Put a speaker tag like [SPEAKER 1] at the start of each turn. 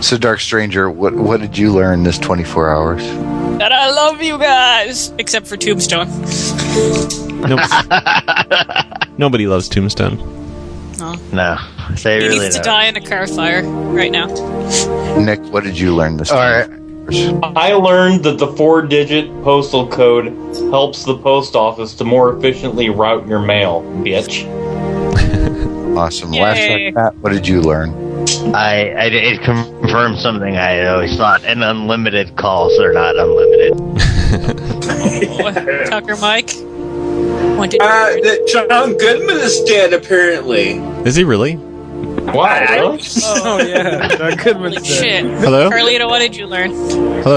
[SPEAKER 1] So, Dark Stranger, what what did you learn this twenty four hours?
[SPEAKER 2] That I love you guys, except for Tombstone.
[SPEAKER 3] Nope. Nobody loves Tombstone.
[SPEAKER 2] No,
[SPEAKER 4] No, they
[SPEAKER 2] he
[SPEAKER 4] really
[SPEAKER 2] needs to
[SPEAKER 4] don't.
[SPEAKER 2] die in a car fire right now.
[SPEAKER 1] Nick, what did you learn this?
[SPEAKER 4] All right.
[SPEAKER 1] 24 hours?
[SPEAKER 5] I learned that the four digit postal code helps the post office to more efficiently route your mail, bitch.
[SPEAKER 1] Awesome. Last
[SPEAKER 2] Yay.
[SPEAKER 1] like that, what did you learn?
[SPEAKER 4] I, I it confirmed something I had always thought: an unlimited calls are not unlimited.
[SPEAKER 2] What- Tucker, Mike. What did you
[SPEAKER 6] Uh,
[SPEAKER 2] learn?
[SPEAKER 6] that John Goodman is dead, apparently.
[SPEAKER 3] Is he really?
[SPEAKER 5] Why?
[SPEAKER 2] Oh,
[SPEAKER 7] yeah, John Goodman's dead.
[SPEAKER 2] Holy shit.
[SPEAKER 3] Hello?
[SPEAKER 2] Carlito, what did you learn?